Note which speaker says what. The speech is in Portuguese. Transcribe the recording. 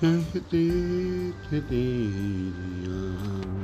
Speaker 1: Thank you.